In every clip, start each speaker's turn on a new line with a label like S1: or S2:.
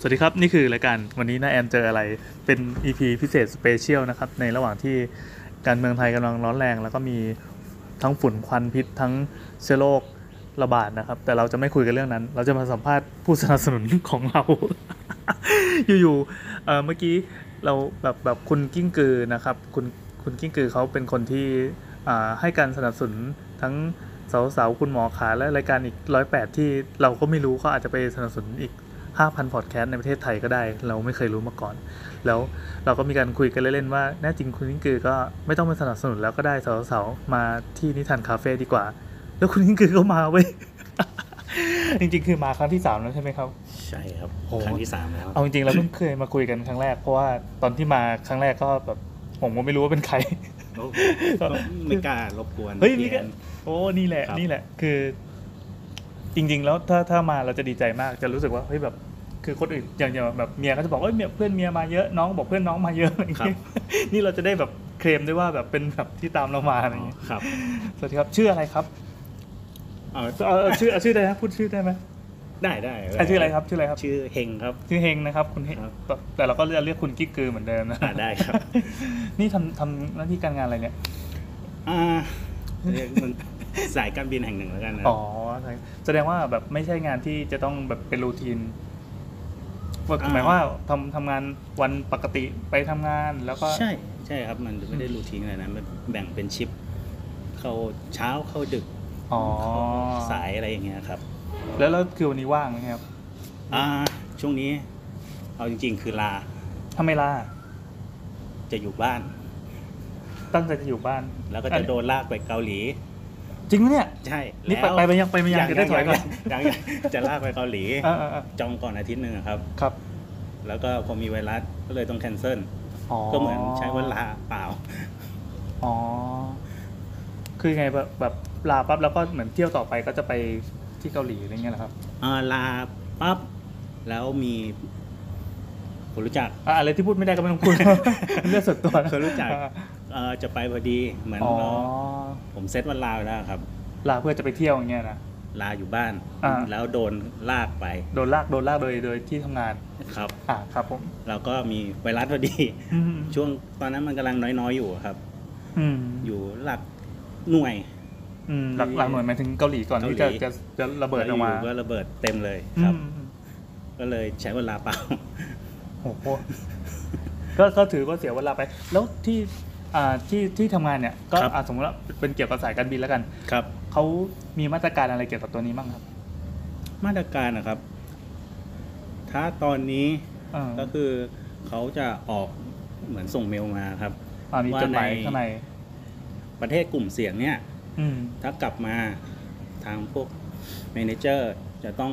S1: สวัสดีครับ นี่คือรายการวันนี้นะแอมเจออะไรเป็น EP พิเศษสเปเชียลนะครับ ในระหว่างที่การเมืองไทยกำลังร้อนแรง แล้วก็มีทั้งฝุ่นควันพิษทั้งเชื้อโรคระบาดนะครับ แต่เราจะไม่คุยกันเรื่องนั้น เราจะมาสัมภาษณ์ผู้สนับสนุนของเรา อยู่ๆเอ่อเมื่อกี้เราแบบแบบคุณกิ้งกือนะครับ คุณคุณกิ้งกือเขาเป็นคนที่อ่าให้การสนับสนุนทั้งสาวๆคุณหมอขาและรายการอีกร้อยแปดที่เราก็ไม่รู้เขาอาจจะไปสนับสนุนอีก 5,000พอดแคสต์ในประเทศไทยก็ได้ เราไม่เคยรู้มาก่อน แล้วเราก็มีการคุยกันเล่นๆว่าแน่จริงคุณยิ่งกือก็ไม่ต้องมาสนับสนุนแล้วก็ได้สาวๆมาที่นิทานคาเฟ่ดีกว่า แล้วคุณยิ่งกือก็มาเว้ย จริงๆ คือมาครั้งที่สามแล้วใช่ไหมครับ
S2: ใช่ครับ
S1: โอ้
S2: ครั้งที่สามแล้ว
S1: เอาจริงๆเราเพิ่งเคยมาคุยกันครั้งแรกเพราะว่าตอนที่มาครั้งแรกก็แบบผมก็ไม่รู้ว่าเป็นใคร
S2: โอ้โหไม่กล้ารบกวน
S1: เฮ้ยนี่ก็
S2: พี่แอน
S1: โอ้ นี่แหละ
S2: ครับ
S1: นี่แหละ คือ จริง ๆ แล้วถ้าถ้ามาเราจะดีใจมาก จะรู้สึกว่าเฮ้ยแบบ คือคนอื่นอย่างอย่างแบบเมียก็จะบอกเอ้ยเมียเพื่อนเมียมาเยอะน้องบอกเพื่อนน้องมาเยอะ อะไรอย่างเงี้ยนี่เราจะได้แบบเคลมได้ว่าแบบเป็นแบบที่ตามเรามาอะไรอย่างเงี้ย
S2: ครับ
S1: สวัสดีครับชื่ออะไรครับ
S2: เอา
S1: เอาเอาชื่อเอาชื่อได้นะพูดชื่อได้ไหม
S2: ได้ได้
S1: อ่ะชื่ออะไรครับชื่ออะไรครับ
S2: ชื่อเฮงครับ
S1: ชื่อเฮงนะครับคุณเฮง
S2: ครับ
S1: แต่แต่เราก็จะเรียกคุณกิ๊กกือเหมือนเดิมนะ
S2: อ่าได้ครับ
S1: นี่ทำทำหน้าที่การงานอะไรเนี่ย
S2: อ่าเรียกมันสายการบินแห่งหนึ่งแล้วกันนะ
S1: อ๋อแสดงว่าแบบไม่ใช่งานที่จะต้องแบบเป็นรูทีน
S2: อ่
S1: หมายว่าทำทำงานวันปกติไปทำงานแล้วก็
S2: ใช่ใช่ครับมันไม่ได้รูทีนอะไรนะมันแบ่งเป็นชิป เข้าเช้าเข้าดึก
S1: อ๋อ
S2: เข้าสายอะไรอย่างเงี้ยครับ
S1: แล้วแล้วคือวันนี้ว่างไหมครับ
S2: อ่าช่วงนี้เอาจริง ๆ คือลา
S1: ถ้าไม่ล่า
S2: จะอยู่บ้าน
S1: ตั้งใจจะอยู่บ้าน
S2: แล้วก็จะโดนลากไปเกาหลี
S1: จริงไหมเนี่ย
S2: ใช่
S1: นี่ไป
S2: แล้ว
S1: ไปไปยังไปไปยังจะได้ถอยก่อน
S2: ยังยังจะลากไปเกาหลี
S1: เออเออเออ
S2: จองก่อนอาทิตย์หนึ่งอะครับ
S1: ครับ
S2: แล้วก็พอมีไวรัสก็เลยต้องแคนเซิล
S1: อ๋อ
S2: ก็เหมือนใช้เวลาเปล่า
S1: อ๋อคือไงแบบแบบลาปั๊บแล้วก็เหมือนเที่ยวต่อไปก็จะไปที่เกาหลีอะไรเงี้ยเหรอครับ
S2: เอ่อลาปั๊บ แล้วมีคนรู้จัก
S1: อ่ะอะไรที่พูดไม่ได้ก็ไม่ต้อง พูด เรื่องส่วนตัวนะ
S2: คนรู้จัก เอ่อจะไปพอดีเหมือน
S1: อ๋อ
S2: เราผมเซตวันลาไว้แล้วครับ
S1: ลาเพื่อจะไปเที่ยวอย่างเงี้ยนะ
S2: ลาอยู่บ้าน
S1: อ่า
S2: แล้วโดนลากไป
S1: โดนลากโดนลากโดยโดยที่ทำงาน
S2: ครับ
S1: อ่ะครับผม
S2: แล้วก็มีไวรัสพอดี
S1: อืม
S2: ช่วงตอนนั้นมันกำลังน้อยๆอยู่ครับ
S1: อืม
S2: อยู่หลักหน่วย
S1: อืมหลักหลักหน่วยหมายถึงเกาหลีก่อนที่จะ
S2: เกาหลี
S1: จะจะระเบิดอ
S2: แล้
S1: อ
S2: ว
S1: กมา
S2: ยู่ก็ระเบิดเต็มเลย
S1: อืม
S2: ครับ
S1: อืม
S2: ก็เลยใช้เวลาเปล่า
S1: โอ้โหก็ก็ถือว่าเสียเวลาไป แล้วที่อ่าที่ที่ทำงานเนี่ย ก็
S2: ครับ
S1: อ่าสมมติว่าเป็นเกี่ยวกับสายการบินแล้วกัน
S2: ครับ
S1: เขามีมาตรการอะไรเกี่ยวกับตัวนี้บ้างครับ
S2: มาตรการนะครับ ถ้าตอนนี้
S1: เออ
S2: ก็คือเขาจะออกเหมือนส่งเมลมาครับ
S1: อ่ามีจดหมาย
S2: ว่าใน
S1: ข้างใน
S2: ประเทศกลุ่มเสี่ยงเนี่ย
S1: อืม
S2: ถ้ากลับมาทางพวกเมเนเจอร์จะต้อง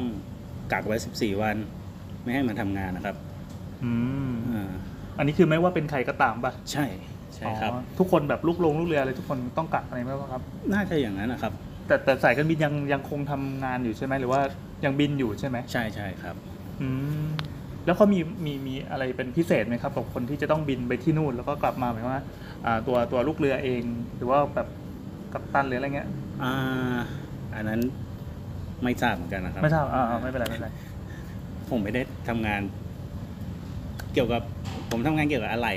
S2: กักไว้ 14 วัน ไม่ให้มาทำงานนะครับ
S1: อืม
S2: อ่า
S1: อันนี้คือไม่ว่าเป็นใครก็ตามป่ะ
S2: ใช่ใช่ครับ
S1: อ๋อทุกคนแบบลูกลงลูกเรืออะไรทุกคนต้องกักอะไรไหมบ้างครับ
S2: น่าจะอย่างนั้นนะครับ
S1: แต่แต่สายการบินยังยังคงทำงานอยู่ใช่ไหมหรือว่ายังบินอยู่ใช่ไหม
S2: ใช่ใช่ครับ
S1: อืมแล้วเขามีมีมีอะไรเป็นพิเศษไหมครับกับคนที่จะต้องบินไปที่นู่นแล้วก็กลับมาหมายความว่าอ่าตัวตัวลูกเรือเอง หรือว่าแบบกัปตันหรืออะไรเงี้ย
S2: อ่า อันนั้นไม่ทราบเหมือนกันนะครับ
S1: ไม่ทราบอ่าอ่าไม่เป็นไรไม่เป็นไร
S2: ผมไม่ได้ทำงาน เกี่ยวกับผมทำงานเกี่ยวกับอะไร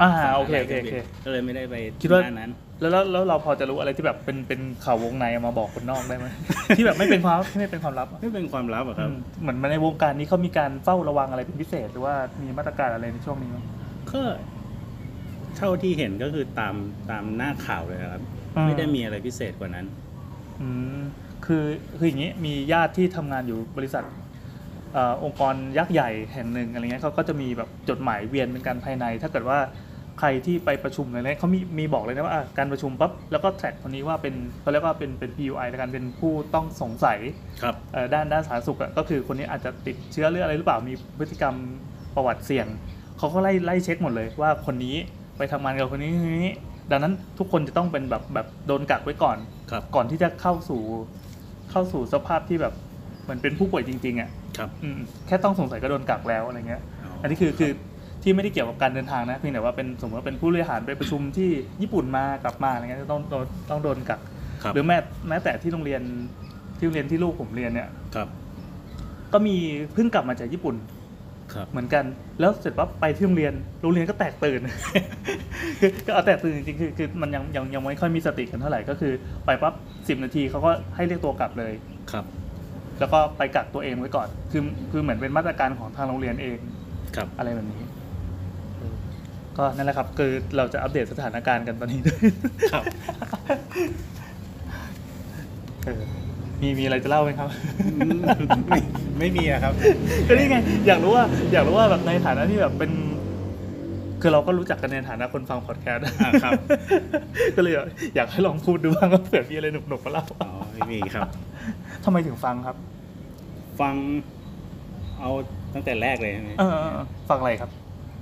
S1: อ่าโอเคโอเคโอเค
S2: ก็เลยไม่ได้ไป
S1: คิดว่า
S2: หน้นั้น
S1: แล้วแล้วแล้วเราพอจะรู้อะไรที่แบบเป็นเป็นข่าววงในเอามาบอกคนนอกได้ไหม ที่แบบไม่เป็นความที่ไม่เป็นความลับอะ
S2: ไม่เป็นความลับอะครับ
S1: อืมเหมือนมาในวงการนี้เขามีการเฝ้าระวังอะไรเป็นพิเศษ หรือว่ามีมาตรการอะไรในช่วงนี้ไหม
S2: ก็เท่าที่เห็นก็คือตามตามหน้าข่าวเลยครับ
S1: อ่า
S2: ไม่ได้มีอะไรพิเศษกว่านั้น
S1: อืมคือคืออย่างนี้มีญาติที่ทำงานอยู่บริษัทเออองค์กรยักษ์ใหญ่แห่งหนึ่งอะไรเงี้ยเขาก็จะมีแบบจดหมายเวียนเป็นการภายใน ถ้าเกิดว่าใครที่ไปประชุมอะไรเนี่ยเขามีมีบอกเลยนะว่าอ่ะการประชุมปั๊บแล้วก็แท็กคนนี้ว่าเป็นเขาเรียกว่าเป็นเป็น PUI แล้วกันเป็นผู้ต้องสงสัย
S2: ครับ
S1: เอ่อด้านด้านสาธารณสุขอะก็คือคนนี้อาจจะติดเชื้อหรืออะไรหรือเปล่ามีพฤติกรรมประวัติเสี่ยงเขาก็ไล่ไล่เช็คหมดเลยว่าคนนี้ไปทำงานกับคนนี้คนนี้ ดังนั้นทุกคนจะต้องเป็นแบบแบบโดนกักไว้ก่อน
S2: ครับ
S1: ก่อนที่จะเข้าสู่เข้าสู่สภาพที่แบบเหมือนเป็นผู้ป่วยจริง ๆอะ่ะ
S2: ครับ
S1: อืมแค่ต้องสงสัยก็โดนกักแล้วอะไรเงี้ย อันนี้คือคือที่ไม่ได้เกี่ยวกับการเดินทางนะเพียงแต่ว่าเป็นสมมติว่าเป็นผู้บริหารไปประชุมที่ญี่ปุ่นมากลับมาอะไรเงี้ยจะต้องโดนต้องโดนกัก
S2: ครับ
S1: หรือแม้แม้แต่ที่โรงเรียนที่โรงเรียนที่ลูกผมเรียนเนี่ย
S2: ครับ
S1: ก็มีเพิ่งกลับมาจากญี่ปุ่น
S2: ครับ
S1: เหมือนกัน แล้วเสร็จปั๊บไปที่โรงเรียน โรงเรียนก็แตกตื่น คือก็เอาแตกตื่นจริงๆคือคือมันยังยังยังไม่ค่อยมีสติกันเท่าไหร่ ก็คือไปปั๊บสิบนาทีเขาก็ให้เรียกตัวกลับเลย
S2: ครับ
S1: แล้วก็ไปกักตัวเองไว้ก่อน คือคือเหมือนเป็นมาตรการของทางโรงเรียนเอง
S2: ครับ
S1: อะไรแบบนี้เออก็นั่นแหละครับ คือเราจะอัปเดตสถานการณ์กันตอนนี้ด้วย
S2: ครับ
S1: เออมีมีอะไรจะเล่าไหมครับ
S2: ไม่ไม่มีอะครับ
S1: ก็นี่ไง อยากรู้ว่า อยากรู้ว่าแบบในฐานะที่แบบเป็น คือเราก็รู้จักกันในฐานะคนฟังพอดแคสต์
S2: อ่าครับ
S1: ก็เลยแบบอยากให้ลองพูดดูบ้างว่าเผื่อมีอะไรหนุกๆมาเล่า
S2: อ๋อไม่มีครับ
S1: ทำไมถึงฟังครับ
S2: ฟังเอาตั้งแต่แรกเลยใช่ไหม
S1: เออเออเออฟังอะไรครับ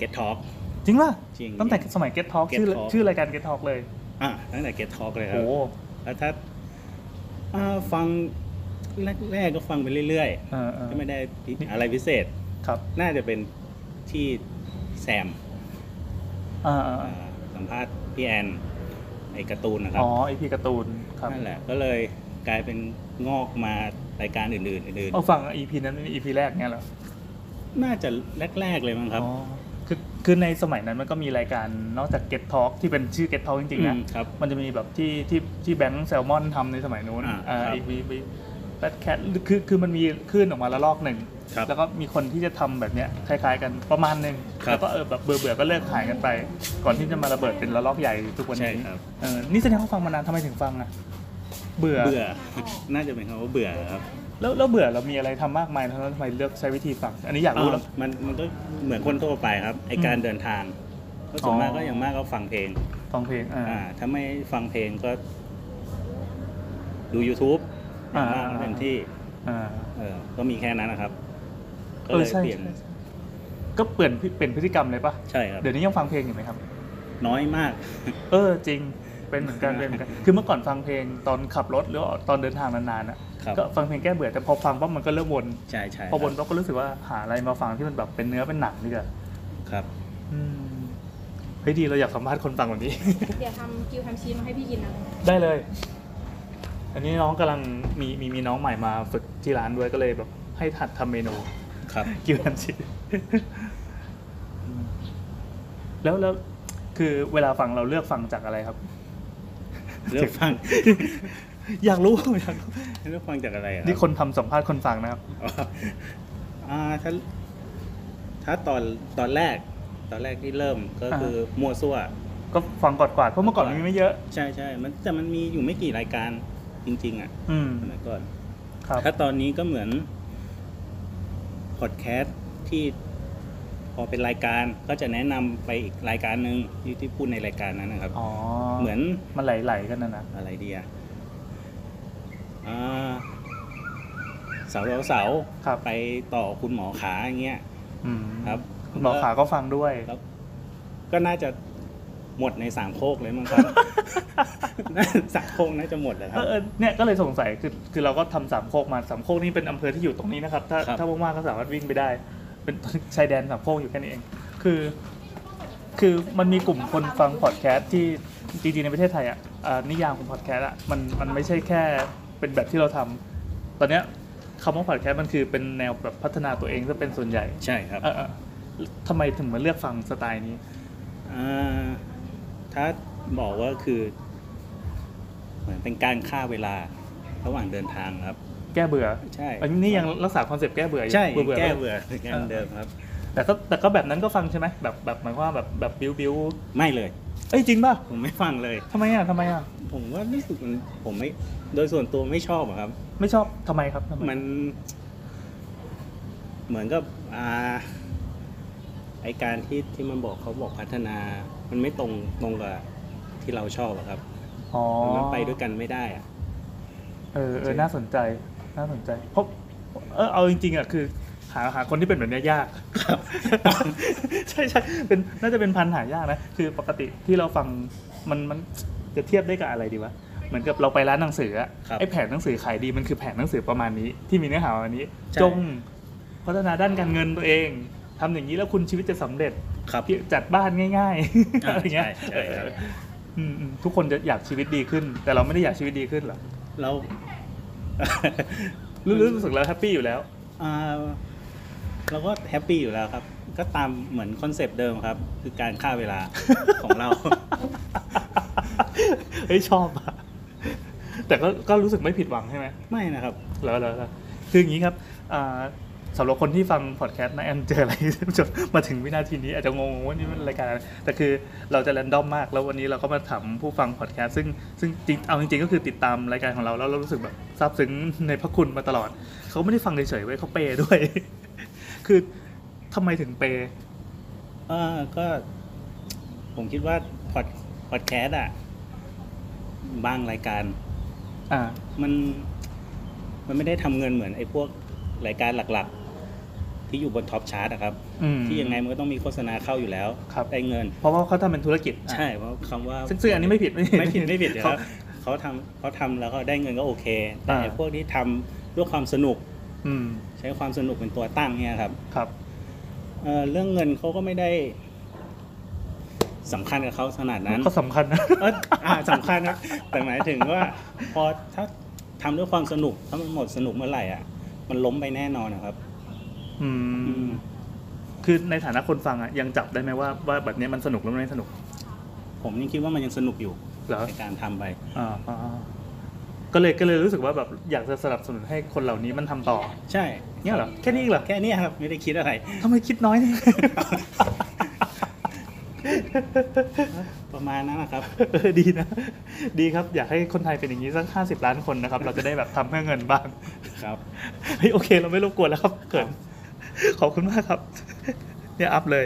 S2: Get Talk
S1: จริงป่ะ
S2: จริง
S1: ตั้งแต่สมัย Get Talk
S2: Get
S1: ชื่อ
S2: Talk
S1: ชื่อรายการ Get Talk เลย
S2: อ่ะตั้งแต่ Get Talk เลยค
S1: โอ้
S2: รับ
S1: โห
S2: แล้วถ้าอ่าฟังแรกๆก็ฟังไปเรื่อย
S1: เออเอ
S2: ๆ
S1: อ
S2: ก็ไม่ได้อะไรพิเศษ
S1: ครับ
S2: น่าจะเป็นที่แซม
S1: เออเออ
S2: อ่าสัมภาษณ์พี่แอนไอการ์ตูนนะครั
S1: อ๋
S2: บ
S1: อไอพีการ์ตูนครับ
S2: นั่นแหละ ก็เลยกลายเป็นงอกมารายการอื่นๆอื่น
S1: เอาฟังอีพีนั้นเป็นอีพีแรกเนี่ยเหรอ
S2: ๆน่าจะแรกๆเลยมั้งครับ
S1: อ๋อคือคือในสมัยนั้นมันก็มีรายการนอกจาก Get Talk ที่เป็นชื่อ Get Talk จริงๆนะ
S2: อืมครับ
S1: มันจะมีแบบที่ที่ที่แบงค์แซลมอนทำในสมัยนู้น
S2: อ่า
S1: อ่า
S2: ครับ
S1: อีกมีมีแบทแคทคือคือมันมีคลื่นออกมาละลอกหนึ่ง
S2: ครับ
S1: แล้วก็มีคนที่จะทำแบบเนี้ยคล้าย ๆ กันประมาณหนึ่ง
S2: ครับ
S1: แล้วก็เออแบบเบื่อเบื่อๆก็เลิกขายกันไป ก่อนที่จะมาระเบิดเป็นละลอกใหญ่ทุกวัน
S2: ใช่
S1: นี้
S2: ครับ
S1: เออนี่แสดงว่าฟังมานานทำไมถึงฟังอ่ะเบื่อ
S2: เบื่อ น่าจะเป็นคำว่าเบื่อครับ
S1: แล้วแล้วเบื่อเรามีอะไรทำมากมายแล้วทำไมเลือกใช้วิธีฟัง อันนี้อยากรู้แล้ว
S2: อ้าวมันมันก็เหมือนคนทั่วไปครับ ไอการเดินทางก็ส่วนมากก็อย่างมากก็ฟังเพลง
S1: ฟังเพลงอ่า
S2: อ่า ถ้าไม่ฟังเพลงก็ ดู YouTube อย่างมากก็
S1: อ่า
S2: เป็นที่
S1: อ่า
S2: เออก็มีแค่นั้นนะครับ ก็
S1: เอ
S2: เล
S1: อยใช่
S2: เปลี่ยน
S1: ใช่ใช่ก็เปลี่ยนเปลี่ยนพฤติกรรมเลยปะ
S2: ใช่ครับ
S1: เดี๋ยวนี้ยังฟังเพลงอยู่ไหมครับ
S2: น้อยมาก
S1: เออจริงเป็นเหมือนกันเป็นเหมือนกันคือเมื่อก่อนฟังเพลงตอนขับรถหรือว่าตอนเดินทางนานๆอ่ะ
S2: ครับ
S1: ก็ฟังเพลงแก้เบื่อแต่พอฟังปั๊บมันก็เริ่มวน
S2: ใช่ใช่
S1: พอวนปั๊บก็รู้สึกว่าหาอะไรมาฟังที่มันแบบเป็นเนื้อเป็นหนังดีกว่า
S2: ครับ
S1: อืมเฮ้ยดีเราอยากสัมภาษณ์คนฟังแบบนี้
S3: เดี๋ยวทำกิวทำชีสมาให้พี่กินนะ
S1: ได้เลย อันนี้น้องกำลังมีมีมีน้องใหม่มาฝึกที่ร้านด้วยก็เลยแบบให้ถัดทำเมนู
S2: ครับ
S1: กิวแอนชีแล้วแล้วคือเวลาฟังเราเลือกฟังจากอะไรครับ
S2: เลือกฟัง
S1: อยากรู้อยากรู้
S2: เลือกฟังจากอะไรอะครับ
S1: นี่คนทำสัมภาษณ์คนฟังนะครับ
S2: อ๋อ อ่าถ้า ถ้าตอนตอนแรก ตอนแรกที่เริ่มก็
S1: อ่า
S2: คือมั่วซั่ว
S1: ก็ฟังกอดกวาดๆเพราะเมื่อก่อนมันมีไม่เยอะ
S2: ใช่ใช่มันแต่มันมีอยู่ไม่กี่รายการจริง ๆ อ่ะ
S1: อืม
S2: สมัยก่อน
S1: ครับ
S2: ถ้าตอนนี้ก็เหมือนพอดแคสต์ที่พอเป็นรายการก็จะแนะนำไปอีกรายการหนึ่งที่ที่พูดในรายการนั้นนะครับ
S1: อ๋อ
S2: เหมือน
S1: มันไหลๆกันนะนะ
S2: อะไรดีอะอ่าเสาวเสาร์
S1: ครับ
S2: ไปต่อคุณหมอขาอย่างเงี้ย
S1: อืม
S2: ครับ
S1: คุณหมอขาก็ฟังด้วย
S2: แล้วก็น่าจะหมดในสามโคกเลยมั้ง ครับ น่าสามโคกน่าจะหมดแล้วค
S1: เอ
S2: รับ
S1: อเออเนี่ยก็เลยสงสัยคือคือเราก็ทำสามโคกมาสามโคกนี่เป็นอำเภอที่อยู่ตรงนี้นะครับ ถ้า
S2: ครับ
S1: ถ้าว่างๆก็สามารถวิ่งไปได้ เป็น ชายแดนสามโคกอยู่แค่นี้เอง คือ คือมันมีกลุ่มคนฟังพอดแคสต์ที่จริงๆในประเทศไทยอ่ะเอ่อนิยามของพอดแคสต์อ่ะมันมันไม่ใช่แค่เป็นแบบที่เราทำตอนเนี้ยคำว่าพอดแคสต์มันคือเป็นแนวแบบพัฒนาตัวเองซะเป็นส่วนใหญ่
S2: ใช่ครับ
S1: เออเออทำไมถึงมาเลือกฟังสไตล์นี้
S2: อ่าถ้าบอกว่าคือ เหมือนเป็นการฆ่าเวลาระหว่างเดินทางครับ
S1: แก้เบื่อ
S2: ใช่
S1: อันนี้ยังรักษาคอนเซปต์แก้เบื่ออยู่
S2: ใช่
S1: เบื่อเบื่อ
S2: แก้เบื่อแก้เหมือนเดิมครับ
S1: แต่ก็แต่ก็แบบนั้นก็ฟังใช่ไหมแบบแบบหมายความว่าแบบแบบบิวบิว
S2: ไม่เลย
S1: เอ้ยจริงป่ะ
S2: ผมไม่ฟังเลย
S1: ทำไมอ่ะทำไมอ่ะ
S2: ผมว่ารู้สึกมันผมไม่ โดยส่วนตัวไม่ชอบอะครับ
S1: ไม่ชอบทำไมครับทำไม
S2: มัน เหมือนกับอ่าไอการที่ที่มันบอกเขาบอกพัฒนา มันไม่ตรงตรงกับที่เราชอบอะครับ
S1: อ๋อ
S2: มันไปด้วยกันไม่ได้อะ
S1: เออเออน่าสนใจน่าสนใจเพราะเออเอาจริงๆอ่ะคือหาหาคนที่เป็นแบบเนี้ยยาก ใช่ใช่เป็นน่าจะเป็นพันหายากนะคือปกติที่เราฟังมันมันจะเทียบได้กับอะไรดีวะเหมือนกับเราไปร้านหนังสืออะ
S2: ครับ
S1: ไอแผงหนังสือขายดีมันคือแผงหนังสือประมาณนี้ ที่มีเนื้อหาประมาณนี้
S2: ใช่
S1: จงพัฒนาด้านการเงินตัวเองทำอย่างนี้แล้วคุณชีวิตจะสำเร็จ
S2: ครับ
S1: ที่จัดบ้านง่ายๆ
S2: อ่า
S1: อะไรเงี้ย
S2: ใช่ใช่
S1: เออ
S2: ครับ
S1: อืมอืมทุกคนจะอยากชีวิตดีขึ้น แต่เราไม่ได้อยากชีวิตดีขึ้นหรอก
S2: เรา
S1: รู้รู้สึกแล้วแฮปปี้อยู่แล้ว
S2: อ่า เราก็แฮปปี้อยู่แล้วครับ ก็ตามเหมือนคอนเซปต์เดิมครับ คือการฆ่าเวลา ของ เรา
S1: เฮ้ยชอบอะ แต่ก็ก็รู้สึกไม่ผิดหวังใช่ไหม
S2: ไม่นะครับ
S1: แล้วแล้วแล้วคืออย่างนี้ครับอ่าสำหรับคนที่ฟังพอดแคสต์นะแอน เจออะไร จนมาถึงวินาทีนี้อาจจะงงว่านี่มันรายการอะไรแต่คือเราจะแรนดอมมาก แล้ววันนี้เราก็มาถามผู้ฟังพอดแคสต์ซึ่งซึ่งจริงเอาจริงๆก็คือติดตามรายการของเราแล้วเรารู้สึกแบบซาบซึ้งในพระคุณมาตลอด เขาไม่ได้ฟังเฉยๆไว้ยเขาเปย์ด้วย คือทำไมถึงเปย์
S2: เออก็ ผมคิดว่าพอดพอดแคสต์อะบางรายการ
S1: อ่า
S2: มันมันไม่ได้ทำเงินเหมือนไอ้พวกรายการหลักๆ ที่อยู่บนท็อปชาร์ตอะครับ
S1: อืม
S2: ที่ยังไงมันก็ต้องมีโฆษณาเข้าอยู่แล้ว
S1: ครับ
S2: ได้เงิน
S1: เพราะว่าเขาทำเป็นธุรกิจอ่ะ
S2: ใช่เพราะคำว่า
S1: ซึ่งซึ่งอันนี้ไม่ผิด
S2: ไม่ผิดไม่ผิด
S1: เขา
S2: เขาเขาทำเขาทำแล้วก็ได้เงินก็โอเค แต่
S1: อ่า
S2: ไอ้พวกที่ทำด้วยความสนุก
S1: อืม
S2: ใช้ความสนุกเป็นตัวตั้งเนี่ยครับ
S1: ครับ
S2: เอ่อเรื่องเงินเขาก็ไม่ได้สำคัญกับเขาขนาดนั้น
S1: ก็สำคัญนะ
S2: เอ้ยอ่าสำคัญครับแต่หมายถึงว่า พอถ้าทำด้วยความสนุกถ้ามันหมดสนุกเมื่อไหร่อ่ะ มันล้มไปแน่นอนนะครับ
S1: อื
S2: อื
S1: ม
S2: ม
S1: คือในฐานะคนฟังอะยังจับได้ไหมว่าว่าแบบเนี้ยมันสนุกหรือไม่สนุก
S2: ผมยังคิดว่ามันยังสนุกอยู่
S1: เหรอ
S2: ในการทำไป
S1: อ่าอ่าอ่าก็เลยก็เลยรู้สึกว่าแบบอยากจะสนับสนุนให้คนเหล่านี้มันทำต่อ
S2: ใช่
S1: เนี่ยเหรอแค่นี้เหรอ
S2: แค่เนี้ยครับไม่ได้คิดอะไร
S1: ทำไมคิดน้อยนี่
S2: ประมาณนั้นนะครับ
S1: เออดีนะดีครับอยากให้คนไทยเป็นอย่างนี้สัก50 ล้านคนนะครับ เราจะได้แบบทำเพื่อเงินบ้าง
S2: ครับ
S1: เฮ้ยโอเค เราไม่รบกวนแล้วครับเกินขอบคุณมากครับ เนี่ยอัพเลย